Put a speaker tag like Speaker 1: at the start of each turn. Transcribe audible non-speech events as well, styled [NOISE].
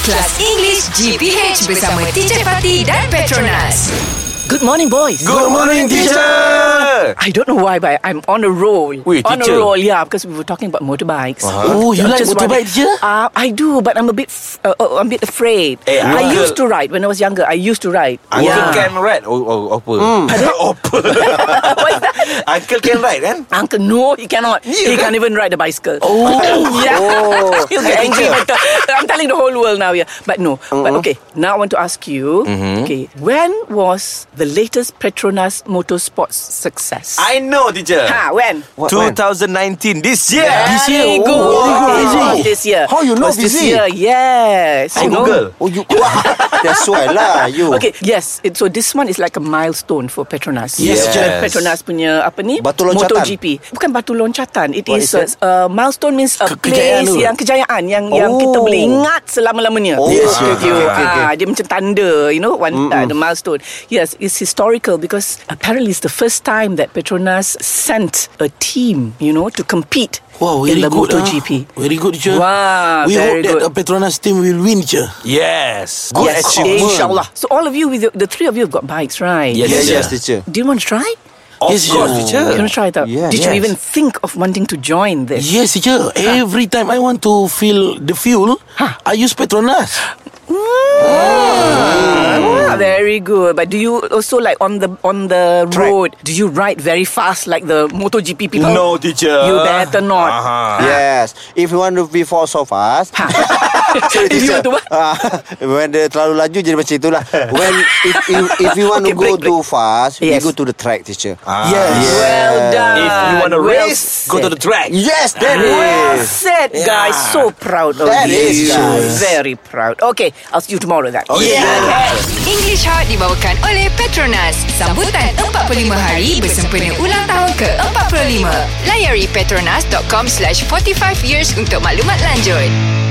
Speaker 1: Kelas English GPH bersama Teacher Fatih dan Petronas.
Speaker 2: Good morning, boys.
Speaker 3: Good morning, teacher.
Speaker 2: I don't know why, but I'm on a roll.
Speaker 3: Wait,
Speaker 2: on a
Speaker 3: teacher.
Speaker 2: roll, yeah, because we were talking about motorbikes.
Speaker 3: Uh-huh.
Speaker 4: Oh, you like
Speaker 2: Just wondering-
Speaker 4: motorbike, teacher?
Speaker 2: Uh, I do, but I'm a bit, f- uh, uh, I'm a bit afraid.
Speaker 3: Eh,
Speaker 2: I
Speaker 3: uncle-
Speaker 2: used to ride when I was younger. I used to ride.
Speaker 3: Uncle
Speaker 4: Yeah.
Speaker 3: can ride or, or opera. [LAUGHS] Mm. opera. Uncle can ride kan?
Speaker 2: Uncle, no, he cannot. he can't even ride a bicycle.
Speaker 4: Oh,
Speaker 2: [LAUGHS] yeah.
Speaker 4: Oh.
Speaker 2: [LAUGHS] He'll get angry. later. I'm telling the whole world now, yeah. But no.
Speaker 3: Mm-hmm.
Speaker 2: But okay, now I want to ask you. Okay, when was the latest Petronas Motorsports success?
Speaker 3: I know, teacher.
Speaker 2: ha, when?
Speaker 4: What, when?
Speaker 3: 2019 this year.
Speaker 4: This year?
Speaker 2: Very
Speaker 4: Oh,
Speaker 2: good.
Speaker 4: is it?
Speaker 2: It was This year.
Speaker 4: How you know
Speaker 2: It was
Speaker 4: is
Speaker 2: this
Speaker 4: it?
Speaker 2: year? Yes.
Speaker 3: I
Speaker 2: you know?
Speaker 3: Google.
Speaker 4: Oh, you.
Speaker 5: [LAUGHS]
Speaker 4: That's why lah, you.
Speaker 2: Okay, yes. It, so this one is like a milestone for Petronas.
Speaker 4: Yes.
Speaker 2: Uh, Petronas punya apa ni?
Speaker 4: Batu loncatan.
Speaker 2: MotoGP. Bukan batu loncatan. It
Speaker 4: What
Speaker 2: is,
Speaker 4: is it?
Speaker 2: a, a milestone means a
Speaker 4: Ke- kejayaan
Speaker 2: place
Speaker 4: tu.
Speaker 2: yang kejayaan yang yang
Speaker 4: Oh.
Speaker 2: kita boleh ingat selama-lamanya.
Speaker 4: Oh,
Speaker 3: Yes,
Speaker 4: okay,
Speaker 3: yes.
Speaker 4: okay, okay, okay, okay.
Speaker 2: Ah, dia macam tanda, you know, one uh, the milestone. Yes, it's historical because apparently it's the first time that Petronas sent a team, you know, to compete
Speaker 4: Wow,
Speaker 2: in
Speaker 4: very
Speaker 2: the
Speaker 4: good,
Speaker 2: MotoGP.
Speaker 4: ah. Very good, teacher.
Speaker 2: Wow,
Speaker 4: We
Speaker 2: very
Speaker 4: hope that
Speaker 2: good.
Speaker 4: the Petronas team will win, teacher.
Speaker 3: Yes.
Speaker 4: Good
Speaker 2: Yes,
Speaker 4: achievement.
Speaker 2: inshallah. So all of you, with the, the three of you have got bikes, right?
Speaker 3: Yes,
Speaker 4: Yes,
Speaker 3: teacher.
Speaker 4: yes, teacher.
Speaker 2: Do you want to try?
Speaker 3: Of
Speaker 4: Yes,
Speaker 3: course,
Speaker 4: you-
Speaker 3: teacher.
Speaker 2: You want to try that?
Speaker 4: Yeah.
Speaker 2: Did you
Speaker 3: Yes.
Speaker 2: even think of wanting to join this?
Speaker 4: Yes, teacher. Every time I want to fill the fuel,
Speaker 2: Ha.
Speaker 4: I use Petronas.
Speaker 2: Ah, very good. But do you also like on the on the
Speaker 4: Track.
Speaker 2: road? Do you ride very fast like the MotoGP people?
Speaker 3: No, teacher.
Speaker 2: You better not.
Speaker 3: Uh-huh.
Speaker 2: Ah.
Speaker 5: Yes, if you want to be force of us.
Speaker 3: [LAUGHS]
Speaker 2: Ha.
Speaker 5: [LAUGHS]
Speaker 2: If you want to what?
Speaker 5: Ah, [LAUGHS] when dia terlalu laju jadi macam
Speaker 4: [LAUGHS]
Speaker 5: itulah. When if if, if you want
Speaker 2: Okay,
Speaker 5: to go
Speaker 2: break, break.
Speaker 5: too fast, we
Speaker 2: Yes.
Speaker 5: go to the track, teacher.
Speaker 3: Ah.
Speaker 4: Yes.
Speaker 2: Well done.
Speaker 3: If you want to
Speaker 2: Well
Speaker 3: race, go to the track.
Speaker 5: Yes, that is.
Speaker 2: Well said, guys. So proud of
Speaker 5: That
Speaker 2: you.
Speaker 5: is, guys.
Speaker 2: Very proud. Okay, I'll see you tomorrow then.
Speaker 1: English Hot dibawakan oleh Petronas. Sambutan 45 hari bersempena ulang tahun ke-45. Layari petronas.com slash 45 years untuk maklumat lanjut.